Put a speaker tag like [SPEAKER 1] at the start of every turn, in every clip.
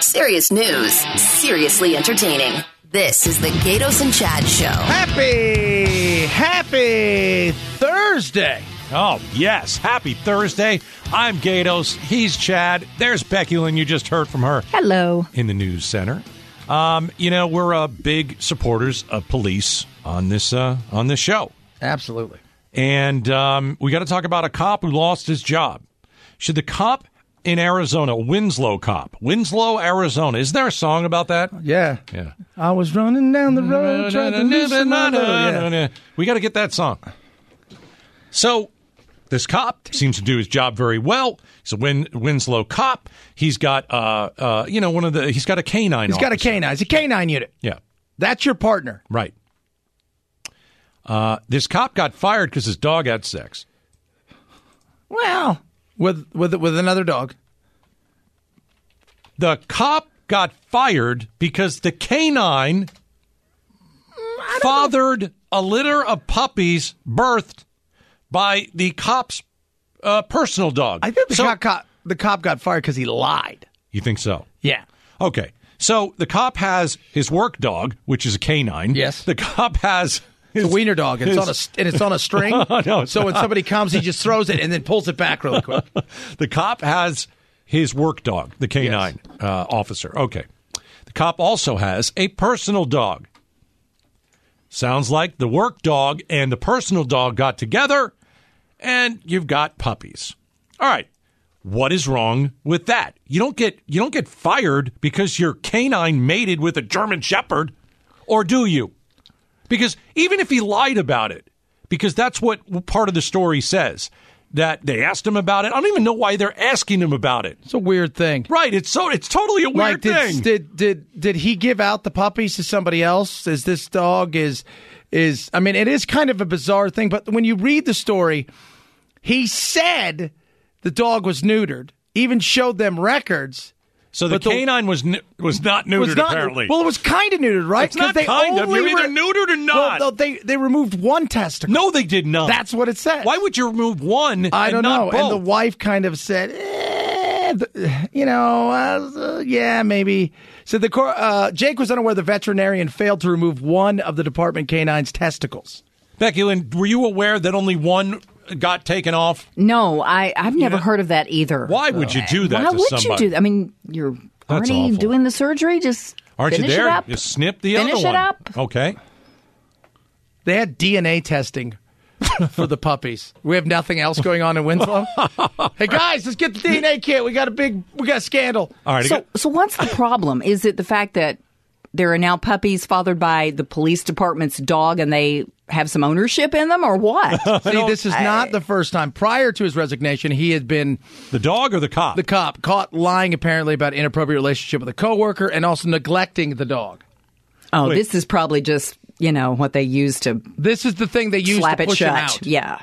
[SPEAKER 1] Serious news, seriously entertaining. This is the Gatos and Chad Show.
[SPEAKER 2] Happy, happy Thursday.
[SPEAKER 3] Oh, yes. Happy Thursday. I'm Gatos. He's Chad. There's Becky Lynn. You just heard from her
[SPEAKER 4] Hello.
[SPEAKER 3] in the news center. Um, you know, we're uh, big supporters of police on this uh, on this show.
[SPEAKER 2] Absolutely.
[SPEAKER 3] And um, we got to talk about a cop who lost his job. Should the cop in Arizona, Winslow cop, Winslow, Arizona, isn't there a song about that?
[SPEAKER 2] Yeah.
[SPEAKER 3] Yeah.
[SPEAKER 2] I was running down the road trying to loosen my load. Yeah.
[SPEAKER 3] We got to get that song. So, this cop seems to do his job very well. He's a Win- Winslow cop. He's got, uh, uh, you know, one of the. He's got a canine.
[SPEAKER 2] He's got a canine. It's a canine unit.
[SPEAKER 3] Yeah,
[SPEAKER 2] That's your partner.
[SPEAKER 3] right. Uh, this cop got fired because his dog had sex.
[SPEAKER 2] Well, with with with another dog.
[SPEAKER 3] The cop got fired because the canine fathered a litter of puppies birthed by the cop's uh, personal dog.
[SPEAKER 2] I think the
[SPEAKER 3] So-
[SPEAKER 2] cop, cop the cop got fired because he lied.
[SPEAKER 3] You think so?
[SPEAKER 2] Yeah.
[SPEAKER 3] Okay. So the cop has his work dog, which is a canine.
[SPEAKER 2] Yes.
[SPEAKER 3] The cop has his
[SPEAKER 2] It's a wiener dog, and it's on
[SPEAKER 3] his-
[SPEAKER 2] a
[SPEAKER 3] Oh,
[SPEAKER 2] st- and it's on a string.
[SPEAKER 3] No, it's
[SPEAKER 2] so when somebody comes, he just throws it and then pulls it back really quick.
[SPEAKER 3] the cop has his work dog, the canine uh, officer. Okay. The cop also has a personal dog. Sounds like the work dog and the personal dog got together, and you've got puppies. All right. What is wrong with that? You don't get you don't get fired because your canine mated with a German Shepherd, or do you? Because even if he lied about it, because that's what part of the story says that they asked him about it. I don't even know why they're asking him about it.
[SPEAKER 2] It's a weird thing.
[SPEAKER 3] Right? It's so it's totally a weird
[SPEAKER 2] like did,
[SPEAKER 3] thing.
[SPEAKER 2] did did did he give out the puppies to somebody else? Is this dog is is I mean it is kind of a bizarre thing, but when you read the story, he said the dog was neutered, even showed them records.
[SPEAKER 3] so the
[SPEAKER 2] but the-
[SPEAKER 3] canine was n- was not neutered
[SPEAKER 2] was not
[SPEAKER 3] apparently.
[SPEAKER 2] well. It was kind of neutered, right?
[SPEAKER 3] It's not
[SPEAKER 2] 'Cause they
[SPEAKER 3] kind of. You're
[SPEAKER 2] only
[SPEAKER 3] either neutered or not.
[SPEAKER 2] Well, they they removed one testicle.
[SPEAKER 3] no, they did not.
[SPEAKER 2] That's what it says.
[SPEAKER 3] Why would you remove one?
[SPEAKER 2] I
[SPEAKER 3] and
[SPEAKER 2] don't
[SPEAKER 3] not
[SPEAKER 2] know.
[SPEAKER 3] Both?
[SPEAKER 2] And the wife kind of said, eh, th- you know, uh, yeah, maybe. So the cor- uh, Jake was unaware the veterinarian failed to remove one of the department canine's testicles.
[SPEAKER 3] Becky Lynn, were you aware that only one got taken off?
[SPEAKER 4] No, I I've never heard of that either.
[SPEAKER 3] Why would you do that
[SPEAKER 4] Why
[SPEAKER 3] to
[SPEAKER 4] would
[SPEAKER 3] somebody?
[SPEAKER 4] you do? that? I mean, you're
[SPEAKER 3] That's
[SPEAKER 4] already
[SPEAKER 3] awful.
[SPEAKER 4] doing the surgery. Just
[SPEAKER 3] Aren't you
[SPEAKER 4] finish
[SPEAKER 3] there?
[SPEAKER 4] It up.
[SPEAKER 3] You snip the
[SPEAKER 4] finish
[SPEAKER 3] other one.
[SPEAKER 4] it up.
[SPEAKER 3] Okay.
[SPEAKER 2] They had DNA testing for the puppies. We have nothing else going on in Winslow. hey guys, let's get the DNA kit. We got a big, we got a scandal.
[SPEAKER 3] All right. I
[SPEAKER 4] So
[SPEAKER 3] got-
[SPEAKER 4] so what's the problem? Is it the fact that there are now puppies fathered by the police department's dog, and they have some ownership in them, or what?
[SPEAKER 2] See, this is not the first time. Prior to his resignation, he had been
[SPEAKER 3] the dog or the cop?
[SPEAKER 2] the cop caught lying apparently about inappropriate relationship with a coworker and also neglecting the dog.
[SPEAKER 4] oh,
[SPEAKER 3] Wait.
[SPEAKER 4] this is probably just you know what they use to
[SPEAKER 2] This is the thing they used
[SPEAKER 4] slap
[SPEAKER 2] to
[SPEAKER 4] it
[SPEAKER 2] push him
[SPEAKER 4] shut.
[SPEAKER 2] out.
[SPEAKER 4] Yeah.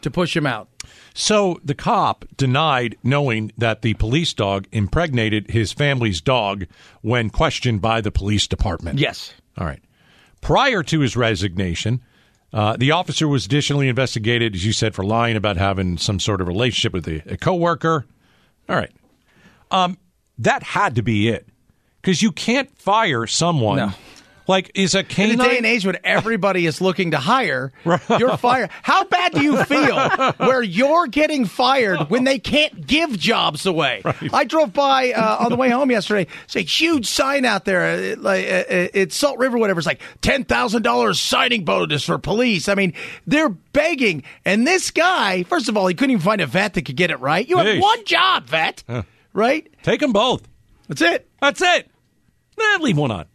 [SPEAKER 2] To push him out.
[SPEAKER 3] So the cop denied knowing that the police dog impregnated his family's dog when questioned by the police department.
[SPEAKER 2] Yes.
[SPEAKER 3] All right. Prior to his resignation, uh, the officer was additionally investigated, as you said, for lying about having some sort of relationship with a, a coworker. All right. Um, that had to be it, because you can't fire someone.
[SPEAKER 2] No.
[SPEAKER 3] Like is a
[SPEAKER 2] In
[SPEAKER 3] canine
[SPEAKER 2] the day and age when everybody is looking to hire, you're fired. How bad do you feel where you're getting fired when they can't give jobs away? I drove by uh, on the way home yesterday. It's a huge sign out there. uh, It, like, uh, uh, it's Salt River, whatever. It's like ten thousand dollars signing bonus for police. I mean, they're begging. And this guy, first of all, he couldn't even find a vet that could get it right. You
[SPEAKER 3] Jeez.
[SPEAKER 2] have one job, vet, right?
[SPEAKER 3] take them both.
[SPEAKER 2] That's it.
[SPEAKER 3] That's it. Nah, leave one on.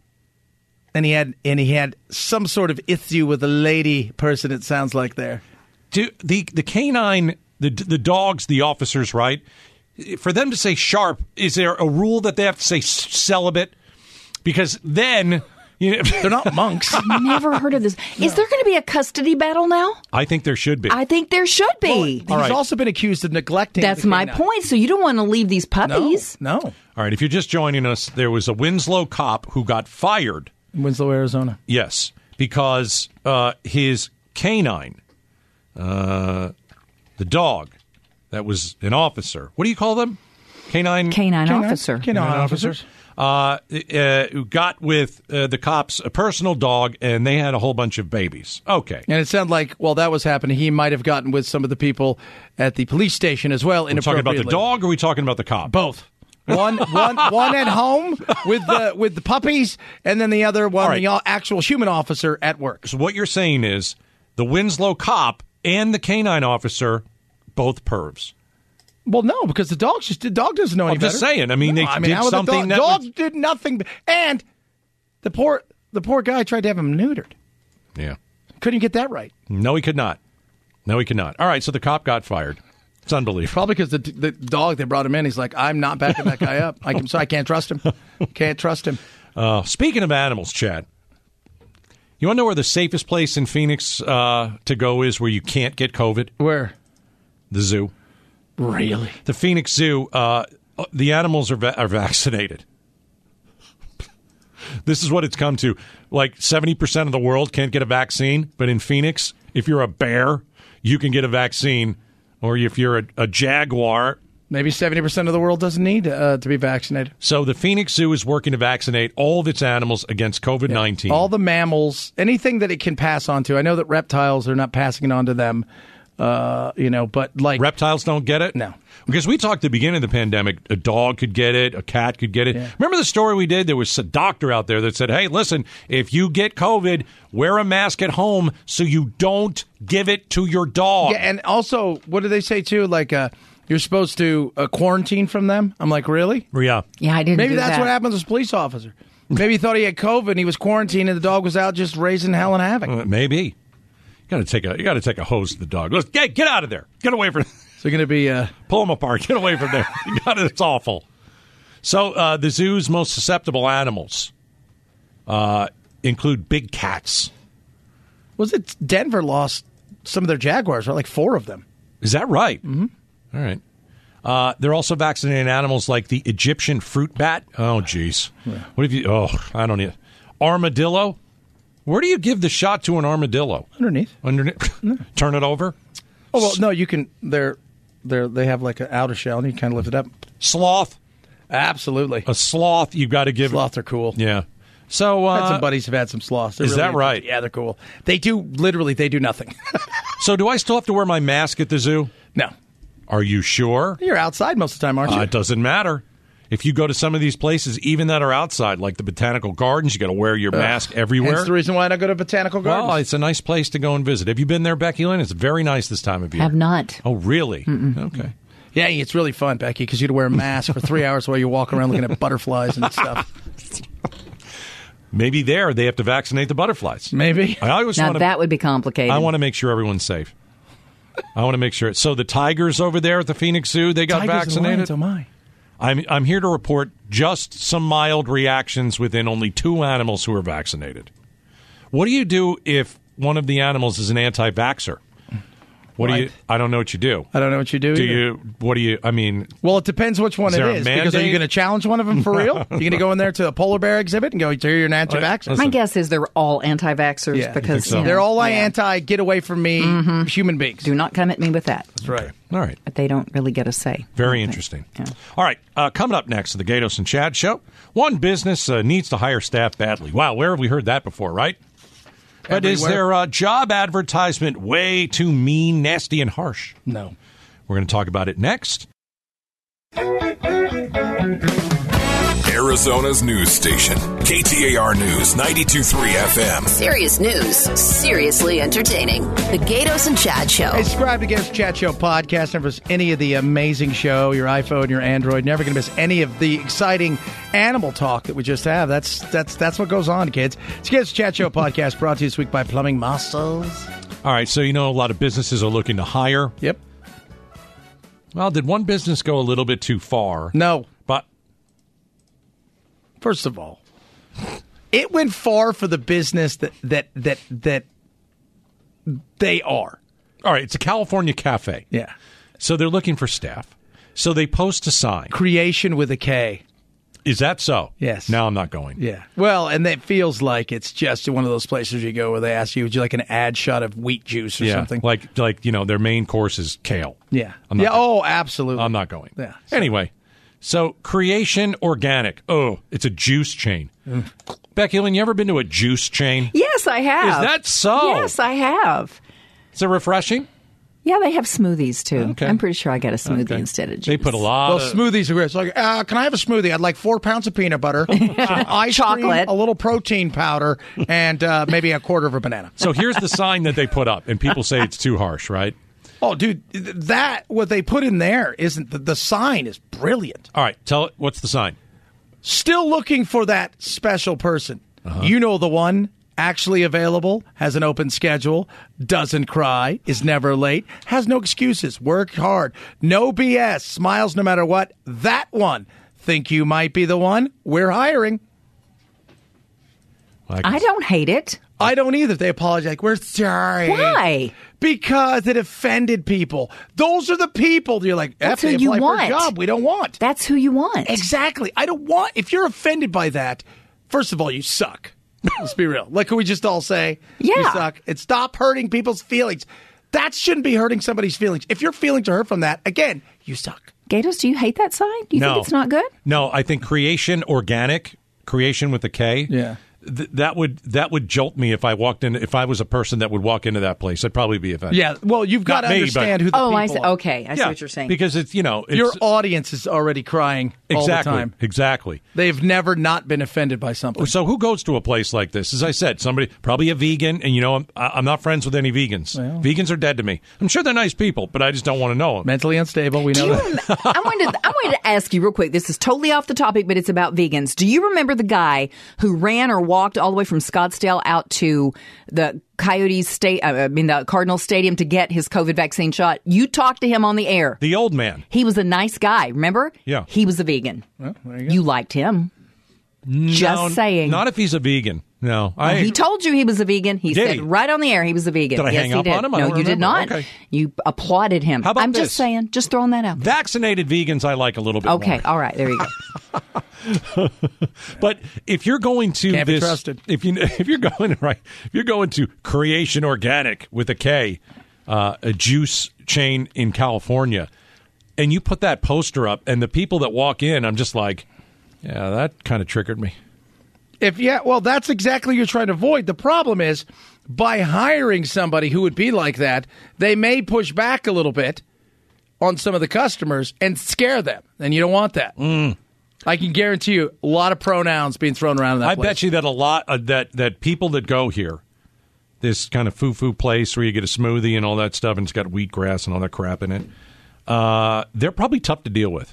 [SPEAKER 2] and he had and he had some sort of issue with a lady person. It sounds like there.
[SPEAKER 3] do the the canine the the dogs the officers right for them to say sharp is there a rule that they have to say s- celibate because then you know,
[SPEAKER 2] They're not monks.
[SPEAKER 4] Never heard of this. Is there going to be a custody battle now?
[SPEAKER 3] I think there should be
[SPEAKER 4] I think there should be.
[SPEAKER 2] He's
[SPEAKER 3] right.
[SPEAKER 2] also been accused of neglecting.
[SPEAKER 4] That's
[SPEAKER 2] the
[SPEAKER 4] my
[SPEAKER 2] canine.
[SPEAKER 4] point. So you don't want to leave these puppies.
[SPEAKER 2] No, no.
[SPEAKER 3] all right if you're just joining us there was a Winslow cop who got fired
[SPEAKER 2] Winslow, Arizona.
[SPEAKER 3] yes because uh, his canine uh, the dog that was an officer what do you call them canine
[SPEAKER 4] Canine, officer.
[SPEAKER 2] Canine
[SPEAKER 3] Canine
[SPEAKER 2] officers.
[SPEAKER 3] uh, uh, who got with uh, the cops a personal dog, and they had a whole bunch of babies. Okay.
[SPEAKER 2] And it sounded like while that was happening, he might have gotten with some of the people at the police station as well.
[SPEAKER 3] We're talking about the dog, or are we talking about the cop?
[SPEAKER 2] Both. One, one, one at home with the with the puppies, and then the other one,
[SPEAKER 3] All right.
[SPEAKER 2] the actual human officer at work.
[SPEAKER 3] So what you're saying is the Winslow cop and the canine officer, both pervs.
[SPEAKER 2] Well, no, because the dog just the dog doesn't know any
[SPEAKER 3] I'm just
[SPEAKER 2] better.
[SPEAKER 3] saying, I mean, they
[SPEAKER 2] I
[SPEAKER 3] did
[SPEAKER 2] how would the
[SPEAKER 3] something
[SPEAKER 2] dog,
[SPEAKER 3] that
[SPEAKER 2] dog
[SPEAKER 3] was-
[SPEAKER 2] did nothing, b- and the poor the poor guy tried to have him neutered.
[SPEAKER 3] Yeah.
[SPEAKER 2] Couldn't get that right.
[SPEAKER 3] No, he could not. No, he could not. All right, so the cop got fired. It's unbelievable.
[SPEAKER 2] Probably because the, the dog that brought him in, he's like, I'm not backing that guy up. Like, I'm sorry, I can't trust him. Can't trust him.
[SPEAKER 3] Uh, speaking of animals, Chad, you want to know where the safest place in Phoenix uh, to go is where you can't get COVID?
[SPEAKER 2] Where?
[SPEAKER 3] The zoo.
[SPEAKER 2] Really?
[SPEAKER 3] The Phoenix Zoo, uh, the animals are, va- are vaccinated. this is what it's come to. Like 70% of the world can't get a vaccine, but in Phoenix, if you're a bear, you can get a vaccine. Or if you're a, a jaguar,
[SPEAKER 2] Maybe 70% of the world doesn't need uh, to be vaccinated.
[SPEAKER 3] So the Phoenix Zoo is working to vaccinate all of its animals against COVID nineteen.
[SPEAKER 2] All the mammals, anything that it can pass on to. I know that reptiles are not passing it on to them, uh, you know, but like,
[SPEAKER 3] reptiles don't get it.
[SPEAKER 2] No.
[SPEAKER 3] because we talked at the beginning of the pandemic. A dog could get it. A cat could get it. Remember the story we did? There was a doctor out there that said, "Hey, listen, if you get COVID, wear a mask at home so you don't give it to your dog."
[SPEAKER 2] yeah, and also, what do they say too? Like, uh, you're supposed to uh, quarantine from them. I'm like, really?
[SPEAKER 3] Yeah.
[SPEAKER 4] Yeah, I didn't.
[SPEAKER 2] Maybe
[SPEAKER 4] do
[SPEAKER 2] that's
[SPEAKER 4] that.
[SPEAKER 2] what happens with a police officer. Maybe he thought he had COVID and he was quarantined and the dog was out just raising hell and havoc.
[SPEAKER 3] Uh, maybe. You gotta take a you gotta take a hose to the dog. Let's get get out of there. Get away from.
[SPEAKER 2] So going to be uh,
[SPEAKER 3] Pull them apart. Get away from there. You got it. It's awful. So uh, the zoo's most susceptible animals uh, include big cats.
[SPEAKER 2] was it Denver lost some of their jaguars, right? Like four of them.
[SPEAKER 3] Is that right? Mm-hmm. right. Uh, they're also vaccinating animals like the Egyptian fruit bat. Oh, jeez. What have you? Oh, I don't need armadillo. Where do you give the shot to an armadillo?
[SPEAKER 2] underneath.
[SPEAKER 3] Underneath. Turn it over.
[SPEAKER 2] Oh well, no, you can. They're they're they have like an outer shell, and you kind of lift it up.
[SPEAKER 3] Sloth.
[SPEAKER 2] Absolutely,
[SPEAKER 3] A sloth. You've got to give.
[SPEAKER 2] sloths are cool.
[SPEAKER 3] Yeah. So
[SPEAKER 2] I had
[SPEAKER 3] uh,
[SPEAKER 2] some buddies have had some sloths. They're
[SPEAKER 3] is that right?
[SPEAKER 2] Yeah, they're cool. They do literally. They do nothing.
[SPEAKER 3] so do I still have to wear my mask at the zoo?
[SPEAKER 2] no,
[SPEAKER 3] Are you sure?
[SPEAKER 2] you're outside most of the time, aren't you?
[SPEAKER 3] Uh, it doesn't matter. If you go to some of these places, even that are outside, like the botanical gardens, you got to wear your mask everywhere.
[SPEAKER 2] That's the reason why I don't go to botanical gardens.
[SPEAKER 3] well, it's a nice place to go and visit. Have you been there, Becky Lynn? It's very nice this time of year.
[SPEAKER 4] Have not.
[SPEAKER 3] Oh, really? Okay.
[SPEAKER 2] yeah, it's really fun, Becky, because you'd wear a mask for three hours while you're walking around looking at butterflies and stuff.
[SPEAKER 3] Maybe there they have to vaccinate the butterflies.
[SPEAKER 2] Maybe.
[SPEAKER 3] I always
[SPEAKER 4] Now
[SPEAKER 3] want to.
[SPEAKER 4] that would be complicated.
[SPEAKER 3] I want to make sure everyone's safe. I want to make sure. So the tigers over there at the Phoenix Zoo, they got
[SPEAKER 2] Tigers and
[SPEAKER 3] vaccinated.
[SPEAKER 2] lions, oh my.
[SPEAKER 3] I'm I'm here to report just some mild reactions within only two animals who are vaccinated. What do you do if one of the animals is an anti-vaxer? What do you?
[SPEAKER 2] Right.
[SPEAKER 3] I don't know what you do.
[SPEAKER 2] I don't know what you do.
[SPEAKER 3] Do
[SPEAKER 2] either.
[SPEAKER 3] you? What do you? I mean,
[SPEAKER 2] Well, it depends which one
[SPEAKER 3] Is
[SPEAKER 2] it
[SPEAKER 3] there a
[SPEAKER 2] is. Because are you
[SPEAKER 3] mandate?
[SPEAKER 2] going to challenge one of them for real? You're going to go in there to a polar bear exhibit and go, "Here, you're an anti-vaxxer."
[SPEAKER 4] My guess is they're all anti-vaxxers
[SPEAKER 2] Yeah.
[SPEAKER 4] because
[SPEAKER 3] so?
[SPEAKER 4] you know,
[SPEAKER 2] They're all
[SPEAKER 4] yeah. Mm-hmm.
[SPEAKER 2] anti. Get away from me, human beings.
[SPEAKER 4] Do not come at me with that.
[SPEAKER 2] That's right.
[SPEAKER 3] all right.
[SPEAKER 4] But they don't really get a say.
[SPEAKER 3] Very interesting.
[SPEAKER 4] Yeah.
[SPEAKER 3] All right, uh, coming up next to the Gatos and Chad show. One business uh, needs to hire staff badly. Wow, where have we heard that before? Right. But is
[SPEAKER 2] Everywhere.
[SPEAKER 3] their uh, job advertisement way too mean, nasty, and harsh?
[SPEAKER 2] No.
[SPEAKER 3] We're going to talk about it next.
[SPEAKER 5] Arizona's news station, KTAR News 923 FM.
[SPEAKER 1] Serious news, seriously entertaining. The Gatos and Chad Show.
[SPEAKER 2] Hey, subscribe to Gatos Chat Show podcast. Never miss any of the amazing show, your iPhone, your Android. Never going to miss any of the exciting animal talk that we just have. That's that's that's what goes on, kids. It's Gatos Chat Show podcast brought to you this week by Plumbing Masters.
[SPEAKER 3] All right, so you know a lot of businesses are looking to hire.
[SPEAKER 2] Yep.
[SPEAKER 3] Well, did one business go a little bit too far?
[SPEAKER 2] No.
[SPEAKER 3] But
[SPEAKER 2] First of all, it went far for the business that that that that they are.
[SPEAKER 3] all right, it's a California cafe.
[SPEAKER 2] Yeah.
[SPEAKER 3] So they're looking for staff. So they post a sign.
[SPEAKER 2] Creation with a K.
[SPEAKER 3] Is that so?
[SPEAKER 2] Yes.
[SPEAKER 3] Now I'm not going.
[SPEAKER 2] Yeah. Well, and that feels like it's just one of those places you go where they ask you, would you like an ad shot of wheat juice or
[SPEAKER 3] Yeah,
[SPEAKER 2] something?
[SPEAKER 3] Like like you know, their main course is kale.
[SPEAKER 2] yeah.
[SPEAKER 3] I'm not
[SPEAKER 2] yeah.
[SPEAKER 3] go-
[SPEAKER 2] Oh, absolutely.
[SPEAKER 3] I'm not going.
[SPEAKER 2] Yeah.
[SPEAKER 3] Anyway, So Creation Organic. Oh, it's a juice chain.
[SPEAKER 2] Mm.
[SPEAKER 3] Becky Lynn, you ever been to a juice chain?
[SPEAKER 4] Yes, I have.
[SPEAKER 3] Is that so?
[SPEAKER 4] Yes, I have.
[SPEAKER 3] Is it refreshing?
[SPEAKER 4] Yeah, they have smoothies too.
[SPEAKER 3] Okay.
[SPEAKER 4] I'm pretty sure I got a smoothie instead of juice.
[SPEAKER 3] They put a lot
[SPEAKER 2] Well,
[SPEAKER 3] of
[SPEAKER 2] smoothies are great. It's like, uh, can I have a smoothie? I'd like four pounds of peanut butter, some ice cream,
[SPEAKER 4] Chocolate.
[SPEAKER 2] a little protein powder, and uh, maybe a quarter of a banana.
[SPEAKER 3] So here's the sign that they put up, and people say it's too harsh, right?
[SPEAKER 2] Oh, dude, th- that what they put in there isn't the, the sign is brilliant.
[SPEAKER 3] All right, tell it what's the sign?
[SPEAKER 2] Still looking for that special person. You know the one. Actually available, has an open schedule, doesn't cry, is never late, has no excuses, work hard, no BS, smiles no matter what. That one. Think you might be the one? We're hiring.
[SPEAKER 3] Like,
[SPEAKER 4] I don't hate it.
[SPEAKER 2] I don't either. They apologize. Like, we're sorry.
[SPEAKER 4] Why?
[SPEAKER 2] Because it offended people. Those are the people that you're like,
[SPEAKER 4] That's
[SPEAKER 2] F,
[SPEAKER 4] who
[SPEAKER 2] they
[SPEAKER 4] you
[SPEAKER 2] apply for a
[SPEAKER 4] want.
[SPEAKER 2] job we don't want.
[SPEAKER 4] That's who you want.
[SPEAKER 2] exactly. I don't want, if you're offended by that, first of all, you suck. Let's be real. Like, can we just all say, you
[SPEAKER 4] Yeah.
[SPEAKER 2] suck? And stop hurting people's feelings. That shouldn't be hurting somebody's feelings. If your feelings are hurt from that, again, you suck.
[SPEAKER 4] Gatos, do you hate that sign? Do you
[SPEAKER 3] no,
[SPEAKER 4] think it's not good?
[SPEAKER 3] No, I think creation organic, creation with a K.
[SPEAKER 2] Yeah.
[SPEAKER 3] Th- that would that would jolt me if I walked in. If I was a person that would walk into that place, I'd probably be offended.
[SPEAKER 2] Yeah. Well, you've got
[SPEAKER 3] Not
[SPEAKER 2] to
[SPEAKER 3] me, but-
[SPEAKER 2] understand who the
[SPEAKER 4] Oh,
[SPEAKER 2] people
[SPEAKER 4] I see.
[SPEAKER 2] are.
[SPEAKER 4] Okay, I see
[SPEAKER 3] Yeah,
[SPEAKER 4] what you're saying.
[SPEAKER 3] because it's you know it's,
[SPEAKER 2] Your audience is already crying all the
[SPEAKER 3] exactly
[SPEAKER 2] time.
[SPEAKER 3] exactly.
[SPEAKER 2] They've never not been offended by something.
[SPEAKER 3] So who goes to a place like this? As I said, somebody probably a vegan, and you know I'm I- I'm not friends with any vegans. vegans are dead to me. I'm sure they're nice people, but I just don't want to know them.
[SPEAKER 2] Mentally unstable, we know
[SPEAKER 4] Do you
[SPEAKER 2] that.
[SPEAKER 4] rem- I wanted to, I wanted to ask you real quick. This is totally off the topic, but it's about vegans. Do you remember the guy who ran or walked all the way from Scottsdale out to the Coyotes state? I mean, the Cardinal Stadium to get his COVID vaccine shot? You talked to him on the air.
[SPEAKER 3] The old man.
[SPEAKER 4] He was a nice guy. Remember?
[SPEAKER 3] Yeah.
[SPEAKER 4] He was a vegan. you, liked him. Just
[SPEAKER 3] No,
[SPEAKER 4] saying.
[SPEAKER 3] Not if he's a vegan. No, I.
[SPEAKER 4] he told you he was a vegan. He
[SPEAKER 3] Did
[SPEAKER 4] said
[SPEAKER 3] he?
[SPEAKER 4] right on the air he was a vegan.
[SPEAKER 3] Did I
[SPEAKER 4] yes,
[SPEAKER 3] hang
[SPEAKER 4] he
[SPEAKER 3] up
[SPEAKER 4] did.
[SPEAKER 3] on him? I
[SPEAKER 4] No, you
[SPEAKER 3] don't
[SPEAKER 4] did not.
[SPEAKER 3] remember. Okay.
[SPEAKER 4] You applauded him.
[SPEAKER 3] How about
[SPEAKER 4] I'm
[SPEAKER 3] this?
[SPEAKER 4] just saying, just throwing that out. there.
[SPEAKER 3] Vaccinated vegans, I like a little bit
[SPEAKER 4] Okay,
[SPEAKER 3] more.
[SPEAKER 4] all right, there you go.
[SPEAKER 3] But if you're going to
[SPEAKER 2] Can't be
[SPEAKER 3] this,
[SPEAKER 2] trusted.
[SPEAKER 3] if you if you're going right, if you're going to Creation Organic with a K, uh, a juice chain in California, and you put that poster up, and the people that walk in, I'm just like, yeah, that kind of triggered me.
[SPEAKER 2] If yeah, well, that's exactly you're trying to avoid. The problem is by hiring somebody who would be like that, they may push back a little bit on some of the customers and scare them, and you don't want that.
[SPEAKER 3] Mm.
[SPEAKER 2] I can guarantee you a lot of pronouns being thrown around. In that
[SPEAKER 3] I bet you that a lot uh, that that people that go here, this kind of foo foo place where you get a smoothie and all that stuff, and it's got wheatgrass and all that crap in it. Uh, they're probably tough to deal with.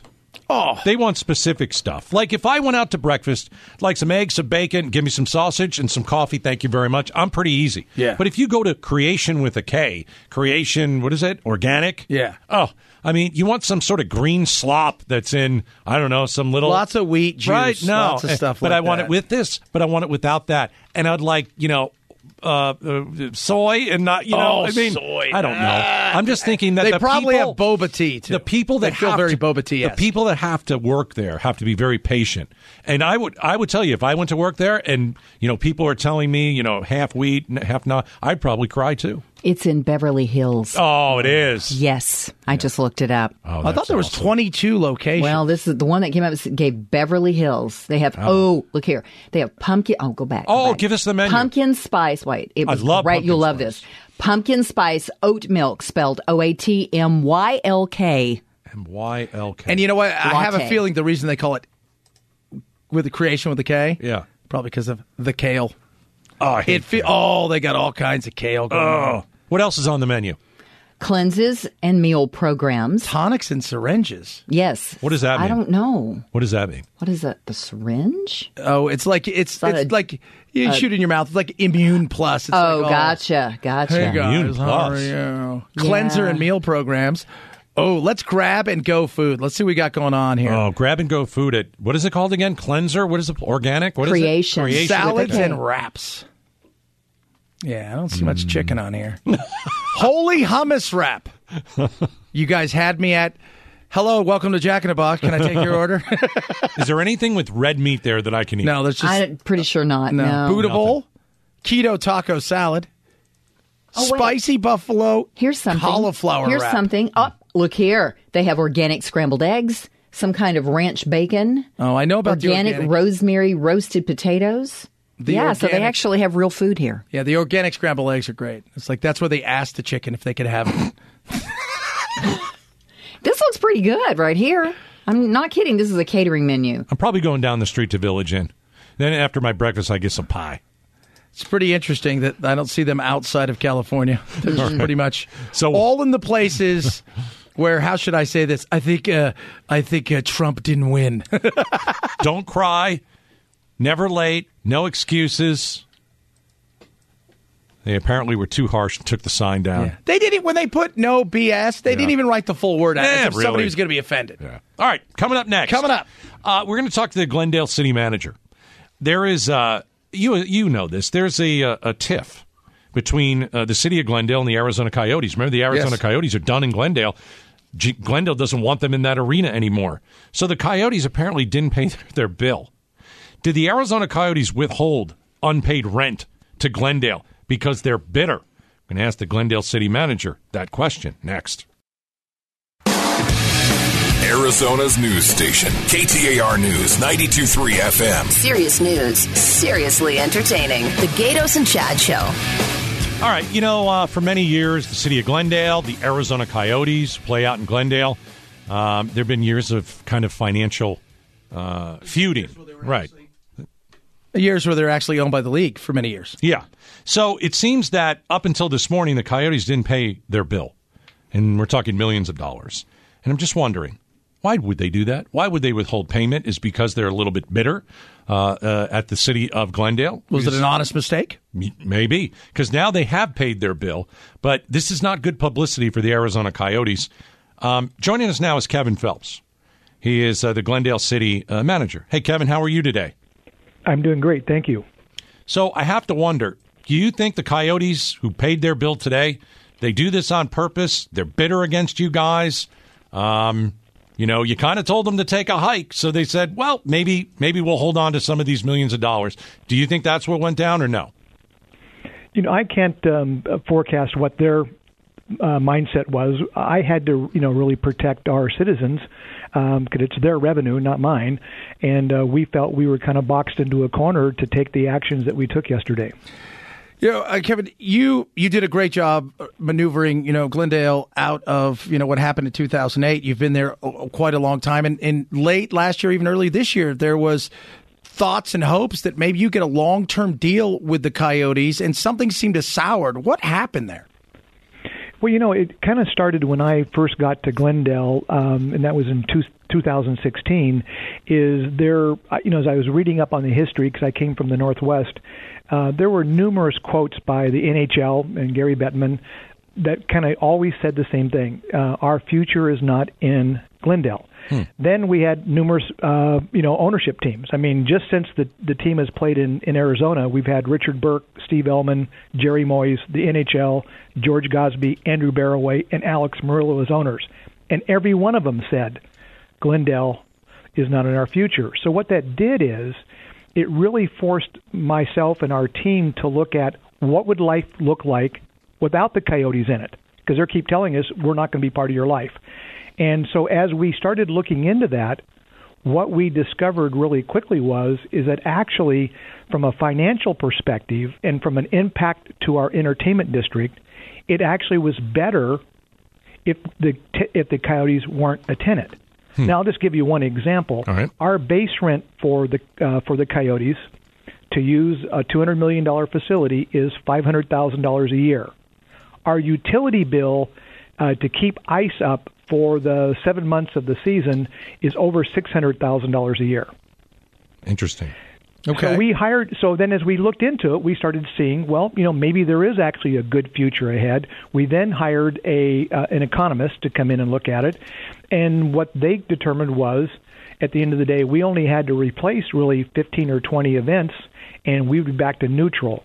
[SPEAKER 2] Oh.
[SPEAKER 3] they want specific stuff. Like if I went out to breakfast, like some eggs, some bacon, give me some sausage and some coffee. Thank you very much. I'm pretty easy.
[SPEAKER 2] Yeah.
[SPEAKER 3] But if you go to Creation with a K, Creation, what is it? Organic.
[SPEAKER 2] Yeah.
[SPEAKER 3] Oh, I mean, you want some sort of green slop that's in I don't know some little
[SPEAKER 2] Lots of wheat juice,
[SPEAKER 3] right? No,
[SPEAKER 2] lots of stuff
[SPEAKER 3] But
[SPEAKER 2] like
[SPEAKER 3] I want
[SPEAKER 2] that.
[SPEAKER 3] it with this, but I want it without that, and I'd like you know. Uh, uh, soy and not you know
[SPEAKER 2] Oh,
[SPEAKER 3] I mean
[SPEAKER 2] soy.
[SPEAKER 3] I don't know I'm just thinking that
[SPEAKER 2] They
[SPEAKER 3] the
[SPEAKER 2] probably
[SPEAKER 3] people-
[SPEAKER 2] have boba tea too.
[SPEAKER 3] the people that
[SPEAKER 2] They feel
[SPEAKER 3] have
[SPEAKER 2] very
[SPEAKER 3] to,
[SPEAKER 2] boba tea.
[SPEAKER 3] the people that have to work there have to be very patient. And I would I would tell you if I went to work there and you know people are telling me you know half wheat n- half not I'd probably cry too.
[SPEAKER 4] It's in Beverly Hills.
[SPEAKER 3] Oh, it is.
[SPEAKER 4] Yes, I just looked it up.
[SPEAKER 3] Oh,
[SPEAKER 2] I thought
[SPEAKER 3] that's
[SPEAKER 2] there was
[SPEAKER 3] awesome.
[SPEAKER 2] 22 locations.
[SPEAKER 4] Well, this is the one that came up. it Gave Beverly Hills. They have oh, look here. They have pumpkin. Oh, go back. go
[SPEAKER 3] Oh,
[SPEAKER 4] back.
[SPEAKER 3] give us the menu.
[SPEAKER 4] Pumpkin spice. Wait, it
[SPEAKER 3] I
[SPEAKER 4] was
[SPEAKER 3] love
[SPEAKER 4] right. You'll
[SPEAKER 3] pumpkin
[SPEAKER 4] love
[SPEAKER 3] spice.
[SPEAKER 4] this. Pumpkin spice oat milk, spelled O A T M Y L K.
[SPEAKER 3] and YLK.
[SPEAKER 2] and you know what? I have a
[SPEAKER 4] Latte.
[SPEAKER 2] feeling the reason they call it with the creation with the K,
[SPEAKER 3] Yeah.
[SPEAKER 2] probably because of the kale.
[SPEAKER 3] oh, I hate
[SPEAKER 2] It fe- oh, they got all kinds of kale going on.
[SPEAKER 3] oh. What else is on the menu?
[SPEAKER 4] Cleanses and meal programs.
[SPEAKER 2] tonics and syringes.
[SPEAKER 4] Yes.
[SPEAKER 3] What does that
[SPEAKER 4] I
[SPEAKER 3] mean?
[SPEAKER 4] don't know.
[SPEAKER 3] What does that mean?
[SPEAKER 4] What is that? The syringe?
[SPEAKER 2] Oh, it's like it's
[SPEAKER 4] not
[SPEAKER 2] it's
[SPEAKER 4] a-
[SPEAKER 2] like you shoot in your mouth. It's like immune plus. It's
[SPEAKER 4] Oh,
[SPEAKER 2] like,
[SPEAKER 4] gotcha, gotcha.
[SPEAKER 2] Hey guys,
[SPEAKER 3] Immune
[SPEAKER 2] how are
[SPEAKER 3] Plus.
[SPEAKER 2] you? Cleanser and meal programs. Oh, let's grab and go food. Let's see what we got going on here.
[SPEAKER 3] Oh, grab and go food at what is it called again? Cleanser? What is it? Organic? What is
[SPEAKER 4] Creation.
[SPEAKER 3] it? Creation.
[SPEAKER 2] Salads
[SPEAKER 4] K.
[SPEAKER 2] and wraps. Yeah, I don't see
[SPEAKER 3] Mm.
[SPEAKER 2] much chicken on here. Holy hummus wrap. You guys had me at. Hello, welcome to Jack in the Box. Can I take your order?
[SPEAKER 3] Is there anything with red meat there that I can eat?
[SPEAKER 2] no, there's just
[SPEAKER 4] I'm pretty sure not. No.
[SPEAKER 2] No. Buddha bowl, keto taco salad,
[SPEAKER 4] Oh, wait.
[SPEAKER 2] spicy buffalo.
[SPEAKER 4] Here's something.
[SPEAKER 2] Cauliflower
[SPEAKER 4] Here's
[SPEAKER 2] wrap.
[SPEAKER 4] something. Oh, look here. They have organic scrambled eggs. some kind of ranch bacon.
[SPEAKER 2] Oh, I know about the
[SPEAKER 4] organic,
[SPEAKER 2] organic.
[SPEAKER 4] rosemary roasted potatoes. yeah, so they
[SPEAKER 2] organic-
[SPEAKER 4] actually have real food here.
[SPEAKER 2] Yeah, the organic scrambled eggs are great. It's like that's where they asked the chicken if they could have it.
[SPEAKER 4] This looks pretty good right here. I'm not kidding. This is a catering menu.
[SPEAKER 3] I'm probably going down the street to Village Inn. Then after my breakfast, I get some pie.
[SPEAKER 2] It's pretty interesting that I don't see them outside of California. They're
[SPEAKER 4] Mm-hmm.
[SPEAKER 2] just pretty much
[SPEAKER 3] So-
[SPEAKER 2] so all in the places where how should I say this? I think uh, I think uh, Trump didn't win.
[SPEAKER 3] Don't cry. Never late. No excuses. They apparently were too harsh and took the sign down.
[SPEAKER 2] they didn't when they put no BS. They didn't even write the full word out.
[SPEAKER 3] Yeah,
[SPEAKER 2] as if
[SPEAKER 3] really.
[SPEAKER 2] Somebody was going to be offended.
[SPEAKER 3] Yeah. All right, coming up next.
[SPEAKER 2] Coming up.
[SPEAKER 3] uh, we're going to talk to the Glendale city manager. There is, uh, you you know this. There's a uh, a, a tiff between uh, the city of Glendale and the Arizona Coyotes. Remember, the Arizona
[SPEAKER 2] Yes.
[SPEAKER 3] Coyotes are done in Glendale. G- Glendale doesn't want them in that arena anymore. So the Coyotes apparently didn't pay their bill. Did the Arizona Coyotes withhold unpaid rent to Glendale because they're bitter? I'm going to ask the Glendale city manager that question next.
[SPEAKER 5] Arizona's news station, KTAR News 923 FM.
[SPEAKER 1] Serious news, seriously entertaining. The Gatos and Chad Show.
[SPEAKER 3] All right, you know, uh, for many years, the city of Glendale, the Arizona Coyotes play out in Glendale. Um, there have been years of kind of financial uh, feuding. Right.
[SPEAKER 2] Years where they're actually owned by the league for many years.
[SPEAKER 3] Yeah. So it seems that up until this morning, the Coyotes didn't pay their bill. And we're talking millions of dollars. And I'm just wondering, why would they do that? Why would they withhold payment? Is because they're a little bit bitter uh, uh, at the city of Glendale?
[SPEAKER 2] Was it an honest mistake?
[SPEAKER 3] M- Maybe because now they have paid their bill, but this is not good publicity for the Arizona Coyotes. Um, joining us now is Kevin Phelps. He is uh, the Glendale City uh, manager. Hey, Kevin, how are you today?
[SPEAKER 6] I'm doing great, thank you.
[SPEAKER 3] So I have to wonder: Do you think the Coyotes, who paid their bill today, they do this on purpose? They're bitter against you guys. Um, you know, you kind of told them to take a hike, so they said, "Well, maybe, maybe we'll hold on to some of these millions of dollars." Do you think that's what went down, or no?
[SPEAKER 6] You know, I can't um, forecast what their uh, mindset was. I had to, you know, really protect our citizens because it's their revenue, not mine. And uh, we felt we were kind of boxed into a corner to take the actions that we took yesterday.
[SPEAKER 2] You know, uh, Kevin, you you did a great job uh, maneuvering, you know, Glendale out of you know what happened in 2008. You've been there uh, quite a long time, and, and late last year, even early this year, there was thoughts and hopes that maybe you get a long term deal with the Coyotes, and something seemed to soured. What happened there?
[SPEAKER 6] Well, you know, it kind of started when I first got to Glendale, um, and that was in two, 2016. Is there, I- you know, as I was reading up on the history, because I came from the Northwest, uh, there were numerous quotes by the NHL and Gary Bettman that kind of always said the same thing uh, our future is not in Glendale. Then we had numerous, uh, you know, ownership teams. I mean, just since the the team has played in in Arizona, we've had Richard Burke, Steve Ellman, Jerry Moyes, the NHL, George Gosby, Andrew Barroway, and Alex Murillo as owners, and every one of them said Glendale is not in our future. So what that did is it really forced myself and our team to look at what would life look like without the coyotes in it because they keep telling us we're not going to be part of your life. And so as we started looking into that, what we discovered really quickly was is that actually from a financial perspective and from an impact to our entertainment district, it actually was better if the if the coyotes weren't a tenant. Now I'll just give you one example.
[SPEAKER 3] Hmm. All right.
[SPEAKER 6] Our base rent for the uh, for the coyotes to use a two hundred million dollar facility is five hundred thousand dollars a year. Our utility bill uh, to keep ice up for the seven months of the season is over six hundred thousand dollars a year.
[SPEAKER 3] Interesting.
[SPEAKER 6] So we hired. So then, as we looked into it, we started seeing. Well, you know, maybe there is actually a good future ahead. We then hired a uh, an economist to come in and look at it, and what they determined was, at the end of the day, we only had to replace really 15 or 20 events, and we would be back to neutral.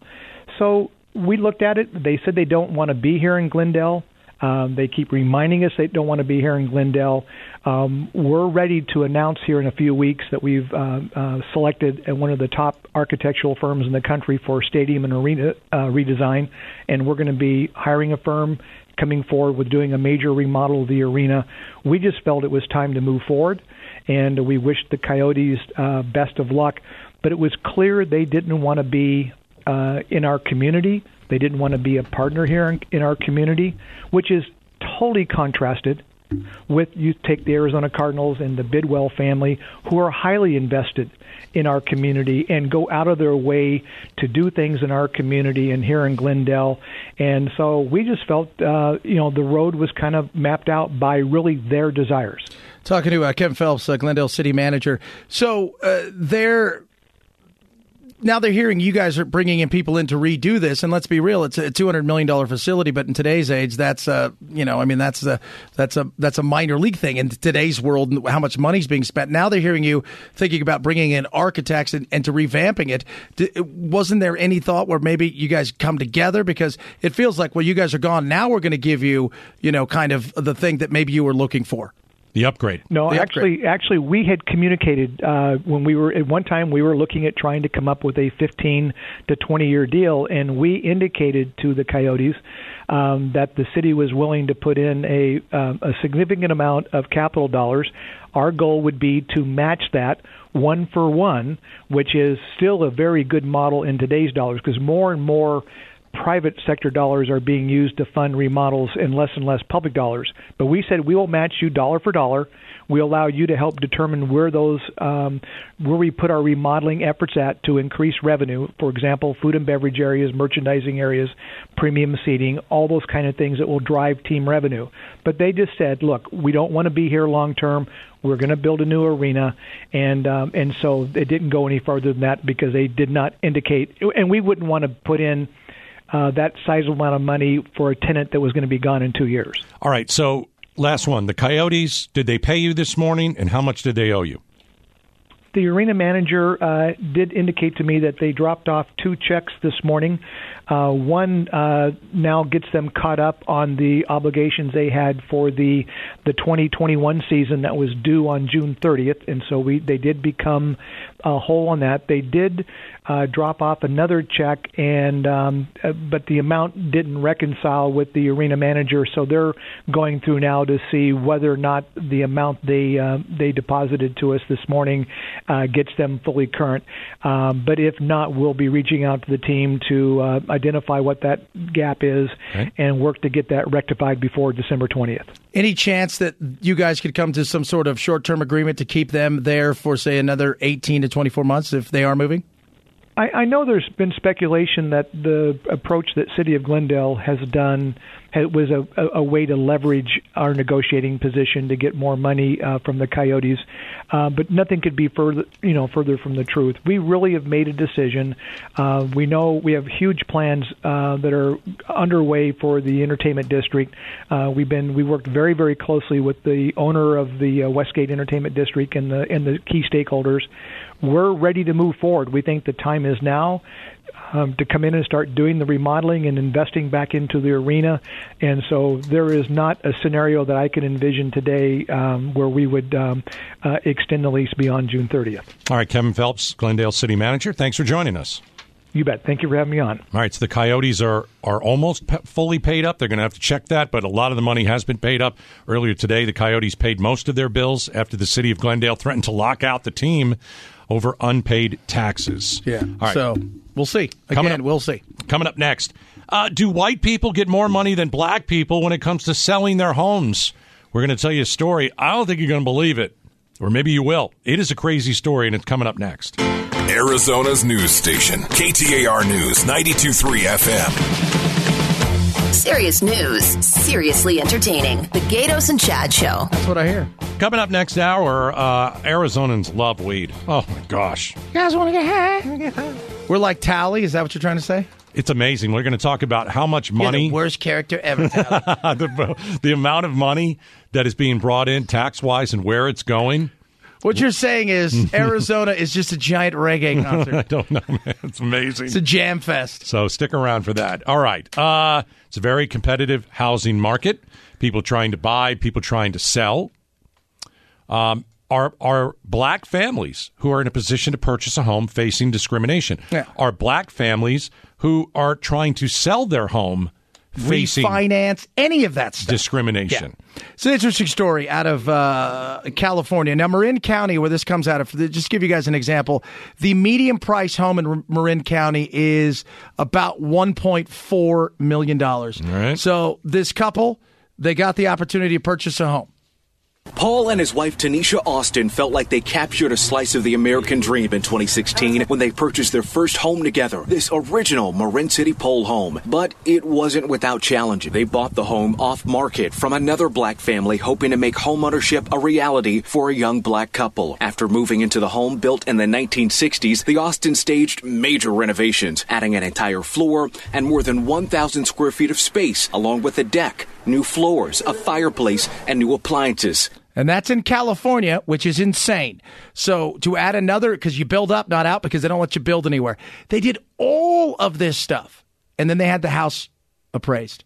[SPEAKER 6] So we looked at it. They said they don't want to be here in Glendale. Um, they keep reminding us they don't want to be here in Glendale. Um, we're ready to announce here in a few weeks that we've uh, uh, selected uh, one of the top architectural firms in the country for stadium and arena uh, redesign, and we're going to be hiring a firm coming forward with doing a major remodel of the arena. We just felt it was time to move forward, and we wished the Coyotes uh, best of luck. But it was clear they didn't want to be uh, in our community. They didn't want to be a partner here in, in our community, which is totally contrasted with you take the Arizona Cardinals and the Bidwell family, who are highly invested in our community and go out of their way to do things in our community and here in Glendale. And so we just felt, uh, you know, the road was kind of mapped out by really their desires.
[SPEAKER 2] Talking to uh, Kevin Phelps, uh, Glendale City Manager. So uh, they're now they're hearing you guys are bringing in people in to redo this, and let's be real, it's a two hundred million dollar facility, but in today's age, that's a you know, I mean, that's a that's a that's a minor league thing in today's world. and How much money's being spent? Now they're hearing you thinking about bringing in architects and, and to revamping it. D- wasn't there any thought where maybe you guys come together because it feels like well, you guys are gone. Now we're going to give you you know, kind of the thing that maybe you were looking for.
[SPEAKER 3] The upgrade.
[SPEAKER 6] No,
[SPEAKER 2] The
[SPEAKER 6] actually, actually, we had communicated uh, when we were at one time we were looking at trying to come up with a 15 to 20 year deal, and we indicated to the Coyotes um, that the city was willing to put in a um, a significant amount of capital dollars. Our goal would be to match that one for one, which is still a very good model in today's dollars because more and more private sector dollars are being used to fund remodels and less and less public dollars. But we said we will match you dollar for dollar. We allow you to help determine where those um, where we put our remodeling efforts at to increase revenue. For example, food and beverage areas, merchandising areas, premium seating, all those kind of things that will drive team revenue. But they just said, look, we don't want to be here long term. We're going to build a new arena, and um, and so it didn't go any further than that because they did not indicate, and we wouldn't want to put in uh, that sizable amount of money for a tenant that was going to be gone in two years.
[SPEAKER 3] All right. So last one. The Coyotes. Did they pay you this morning, and how much did they owe you?
[SPEAKER 6] The arena manager uh, did indicate to me that they dropped off two checks this morning. Uh, one uh, now gets them caught up on the obligations they had for the the 2021 season that was due on June 30th, and so we they did become uh, whole on that. They did uh, drop off another check, and um, uh, but the amount didn't reconcile with the arena manager, so they're going through now to see whether or not the amount they uh, they deposited to us this morning uh, gets them fully current. Um, but if not, we'll be reaching out to the team to uh, identify what that gap is
[SPEAKER 3] Okay.
[SPEAKER 6] and work to get that rectified before December 20th.
[SPEAKER 2] Any chance that you guys could come to some sort of short term agreement to keep them there for, say, another 18 to 24 months if they are moving?
[SPEAKER 6] I, I know there's been speculation that the approach that City of Glendale has done ha was a, a, a way to leverage our negotiating position to get more money uh, from the Coyotes, uh, but nothing could be further, you know, further from the truth. We really have made a decision. Uh, we know we have huge plans uh, that are underway for the entertainment district. Uh, we've been we worked very very closely with the owner of the uh, Westgate Entertainment District and the and the key stakeholders we're ready to move forward. We think the time is now um, to come in and start doing the remodeling and investing back into the arena. And so there is not a scenario that I can envision today um, where we would um, uh, extend the lease beyond June 30th.
[SPEAKER 3] All right, Kevin Phelps, Glendale City Manager. Thanks for joining us.
[SPEAKER 6] You bet. Thank you for having me on.
[SPEAKER 3] All right, so the Coyotes are are almost pe- fully paid up. They're going to have to check that, but a lot of the money has been paid up. Earlier today, the Coyotes paid most of their bills after the city of Glendale threatened to lock out the team over unpaid taxes. All right.
[SPEAKER 2] So we'll see.
[SPEAKER 3] Coming
[SPEAKER 2] Again,
[SPEAKER 3] up-
[SPEAKER 2] we'll see.
[SPEAKER 3] Coming up next, uh, do white people get more money than black people when it comes to selling their homes? We're going to tell you a story. I don't think you're going to believe it, or maybe you will. It is a crazy story, and it's coming up next.
[SPEAKER 5] Arizona's news station, KTAR News 923 FM.
[SPEAKER 1] Serious news, seriously entertaining. The Gatos and Chad Show.
[SPEAKER 2] That's what I hear.
[SPEAKER 3] Coming up next hour, uh, Arizonans love weed. Oh my gosh.
[SPEAKER 2] You guys want to get high? We're like Tally. Is that what you're trying to say?
[SPEAKER 3] It's amazing. We're going to talk about how much
[SPEAKER 2] You're the
[SPEAKER 3] money,
[SPEAKER 2] worst character ever. Tally.
[SPEAKER 3] the, the amount of money that is being brought in tax wise and where it's going.
[SPEAKER 2] what you're saying is Arizona is just a giant reggae concert.
[SPEAKER 3] Don't know, man. It's amazing.
[SPEAKER 2] It's a jam fest.
[SPEAKER 3] So stick around for that. All right. Uh, it's a very competitive housing market. People trying to buy, people trying to sell. Um, are are black families who are in a position to purchase a home facing discrimination?
[SPEAKER 2] Yeah.
[SPEAKER 3] Are black families who are trying to sell their home facing
[SPEAKER 2] refinance, any of that stuff.
[SPEAKER 3] discrimination.
[SPEAKER 2] Yeah. It's an interesting story out of uh, California. Now, Marin County, where this comes out of, just to give you guys an example, the median price home in Marin County is about $1.4 million.
[SPEAKER 3] right.
[SPEAKER 2] So this couple, they got the opportunity to purchase a home.
[SPEAKER 7] Paul and his wife Tanisha Austin felt like they captured a slice of the American dream in 2016 when they purchased their first home together, this original Marin City Pole home. But it wasn't without challenge. They bought the home off market from another black family hoping to make homeownership a reality for a young black couple. After moving into the home built in the 1960s, the Austin staged major renovations, adding an entire floor and more than 1,000 square feet of space, along with a deck, new floors, a fireplace, and new appliances.
[SPEAKER 2] And that's in California, which is insane. So to add another, because you build up, not out, because they don't let you build anywhere. They did all of this stuff, and then they had the house appraised.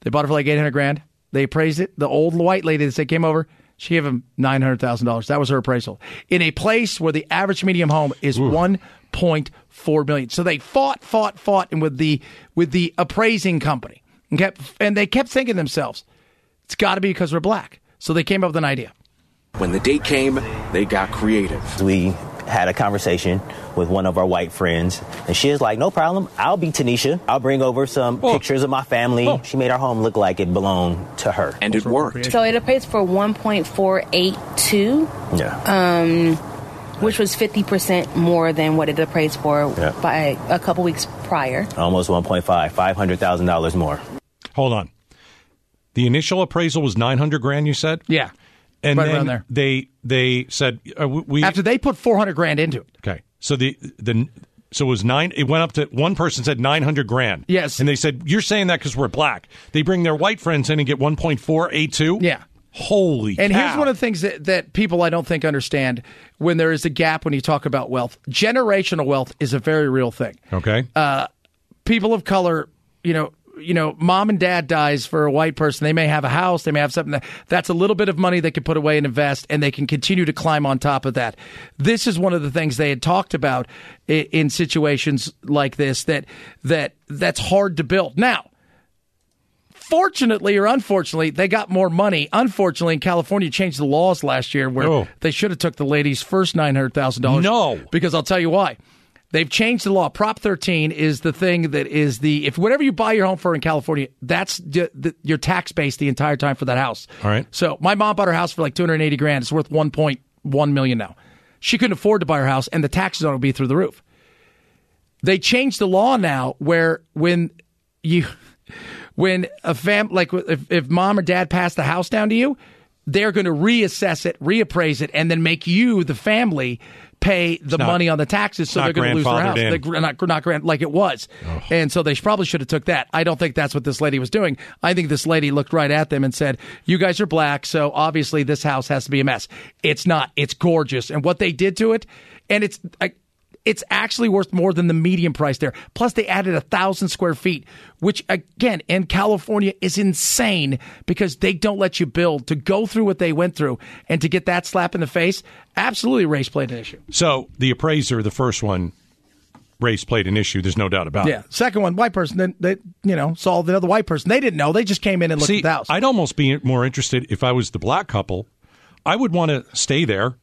[SPEAKER 2] They bought it for like eight hundred grand. They appraised it. The old white lady that said came over, she gave him nine hundred thousand dollars. That was her appraisal in a place where the average medium home is one point four million. So they fought, fought, fought, and with the with the appraising company, and kept and they kept thinking to themselves, it's got to be because we're black. So they came up with an idea.
[SPEAKER 7] When the day came, they got creative.
[SPEAKER 8] we had a conversation with one of our white friends, and she was like, "No problem. I'll be Tanisha. I'll bring over some
[SPEAKER 3] Oh.
[SPEAKER 8] pictures of my family."
[SPEAKER 3] Oh.
[SPEAKER 8] She made our home look like it belonged to her.
[SPEAKER 7] And it worked.
[SPEAKER 9] So it appraised for 1.482,
[SPEAKER 8] yeah.
[SPEAKER 9] Um, which was 50% more than what it appraised for
[SPEAKER 8] Yeah.
[SPEAKER 9] by a couple weeks prior.
[SPEAKER 8] Almost 1.5, 500,000 dollars more.
[SPEAKER 3] Hold on. The initial appraisal was 900 grand you said?
[SPEAKER 2] Yeah.
[SPEAKER 3] And
[SPEAKER 2] Right
[SPEAKER 3] then
[SPEAKER 2] around there.
[SPEAKER 3] they they said uh, we- we
[SPEAKER 2] After they put 400 grand into it.
[SPEAKER 3] Okay. So the the so it was nine. It went up to one person said nine hundred grand.
[SPEAKER 2] Yes.
[SPEAKER 3] and they said you're saying that because we're black. They bring their white friends in and get one point four eight two.
[SPEAKER 2] Yeah.
[SPEAKER 3] holy.
[SPEAKER 2] And here's
[SPEAKER 3] cow.
[SPEAKER 2] one of the things that, that people I don't think understand when there is a gap when you talk about wealth. Generational wealth is a very real thing.
[SPEAKER 3] okay.
[SPEAKER 2] Uh, People of color, you know, you know, mom and dad dies for a white person. They may have a house, they may have something that that's a little bit of money they can put away and invest, and they can continue to climb on top of that. This is one of the things they had talked about in, in situations like this that that that's hard to build. Now, fortunately or unfortunately, they got more money. Unfortunately, in California changed the laws last year where
[SPEAKER 3] Oh.
[SPEAKER 2] they should have took the lady's first nine hundred thousand dollars.
[SPEAKER 3] No.
[SPEAKER 2] because I'll tell you why. They've changed the law. Prop 13 is the thing that is the if whatever you buy your home for in California, that's d- the, your tax base the entire time for that house.
[SPEAKER 3] All right.
[SPEAKER 2] So my mom bought her house for like 280 grand. It's worth 1.1 million now. She couldn't afford to buy her house, and the taxes on it would be through the roof they changed the law now where when you when a fam like if, if mom or dad passed the house down to you they're going to reassess it reappraise it and then make you the family pay the
[SPEAKER 3] not-
[SPEAKER 2] money on the taxes so
[SPEAKER 3] it's
[SPEAKER 2] they're
[SPEAKER 3] not
[SPEAKER 2] going to lose their
[SPEAKER 3] grandfathered
[SPEAKER 2] house
[SPEAKER 3] in.
[SPEAKER 2] They're gr- not, not grand like it was and so they probably should have took that i don't think that's what this lady was doing i think this lady looked right at them and said you guys are black so obviously this house has to be a mess it's not it's gorgeous and what they did to it and it's I, it's actually worth more than the median price there. Plus, they added a thousand square feet, which again in California is insane because they don't let you build. To go through what they went through and to get that slap in the face, absolutely race played an issue.
[SPEAKER 3] so the appraiser, the first one, race played an issue. There's no doubt about
[SPEAKER 2] Yeah.
[SPEAKER 3] it.
[SPEAKER 2] Second one, white person. Then they, you know, solved another white person. They didn't know. They just came in and looked
[SPEAKER 3] See,
[SPEAKER 2] at the house.
[SPEAKER 3] I'd almost be more interested if I was the black couple. I would want to stay there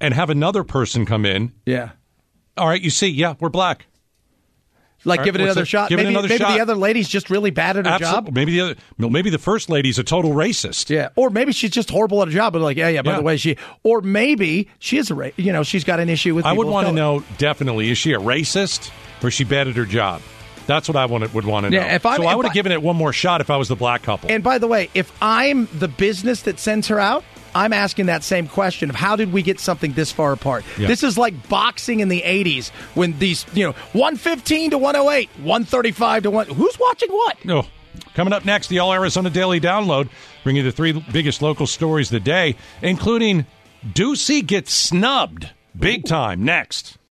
[SPEAKER 3] and have another person come in.
[SPEAKER 2] yeah.
[SPEAKER 3] All right, you see, yeah, we're black. All
[SPEAKER 2] Like,
[SPEAKER 3] right,
[SPEAKER 2] give it
[SPEAKER 3] what's
[SPEAKER 2] another
[SPEAKER 3] that?
[SPEAKER 2] shot.
[SPEAKER 3] Give it
[SPEAKER 2] maybe
[SPEAKER 3] another
[SPEAKER 2] maybe
[SPEAKER 3] shot.
[SPEAKER 2] the other lady's just really bad at her
[SPEAKER 3] Absol-
[SPEAKER 2] job.
[SPEAKER 3] Maybe the other, no, maybe the first lady's a total racist.
[SPEAKER 2] Yeah, or maybe she's just horrible at her job. But like, yeah, yeah. By
[SPEAKER 3] Yeah.
[SPEAKER 2] the way, she, or maybe she is a, ra- you know, she's got an issue with.
[SPEAKER 3] I would
[SPEAKER 2] people of
[SPEAKER 3] want to
[SPEAKER 2] color.
[SPEAKER 3] know definitely is she a racist or is she bad at her job? That's what I wanted, would want to know.
[SPEAKER 2] Yeah, if I'm-
[SPEAKER 3] so I
[SPEAKER 2] if
[SPEAKER 3] would have
[SPEAKER 2] I-
[SPEAKER 3] given it one more shot if I was the black couple.
[SPEAKER 2] And by the way, if I'm the business that sends her out, I'm asking that same question of how did we get something this far apart?
[SPEAKER 3] Yeah.
[SPEAKER 2] This is like boxing in the 80s when these, you know, 115 to 108, 135 to 1. Who's watching what?
[SPEAKER 3] Oh. Coming up next, the All Arizona Daily Download, bringing you the three biggest local stories of the day, including Ducey gets snubbed big time next.